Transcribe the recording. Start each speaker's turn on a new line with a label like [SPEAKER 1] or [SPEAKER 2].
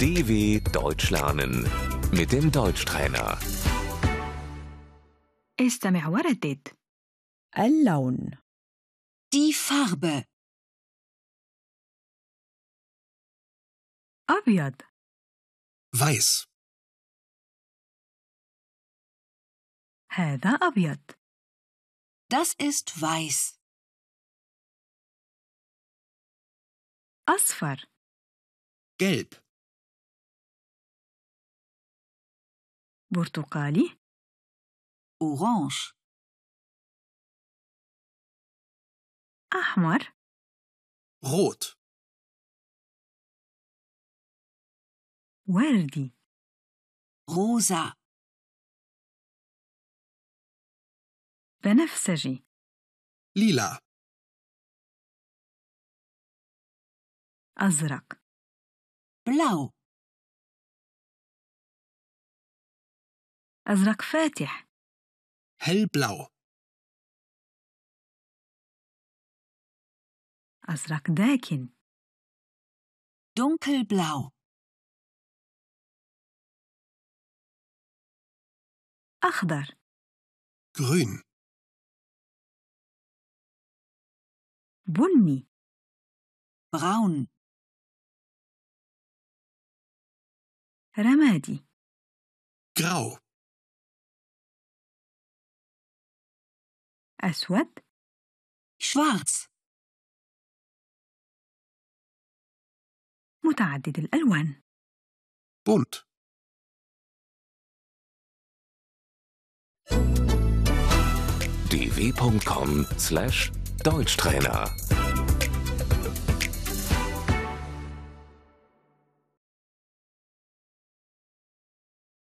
[SPEAKER 1] DW Deutsch lernen mit dem Deutschtrainer.
[SPEAKER 2] استمع وردد
[SPEAKER 3] اللون
[SPEAKER 4] Die Farbe.
[SPEAKER 2] أبيض
[SPEAKER 5] Weiß.
[SPEAKER 2] هذا أبيض
[SPEAKER 4] Das ist weiß.
[SPEAKER 2] أصفر
[SPEAKER 5] Gelb.
[SPEAKER 2] برتقالي
[SPEAKER 4] Orange.
[SPEAKER 2] أحمر
[SPEAKER 5] Rot.
[SPEAKER 2] وردي
[SPEAKER 4] Rosa.
[SPEAKER 2] بنفسجي
[SPEAKER 5] Lila.
[SPEAKER 2] أزرق
[SPEAKER 4] Blau.
[SPEAKER 2] أزرق فاتح
[SPEAKER 5] Hellblau.
[SPEAKER 2] أزرق داكن
[SPEAKER 4] Dunkelblau.
[SPEAKER 2] أخضر
[SPEAKER 5] Grün.
[SPEAKER 2] بني
[SPEAKER 4] Braun.
[SPEAKER 2] رمادي
[SPEAKER 5] Grau.
[SPEAKER 2] أسود
[SPEAKER 4] Schwarz.
[SPEAKER 2] متعدد الألوان
[SPEAKER 5] Bunt.
[SPEAKER 1] dw.com/deutschtrainer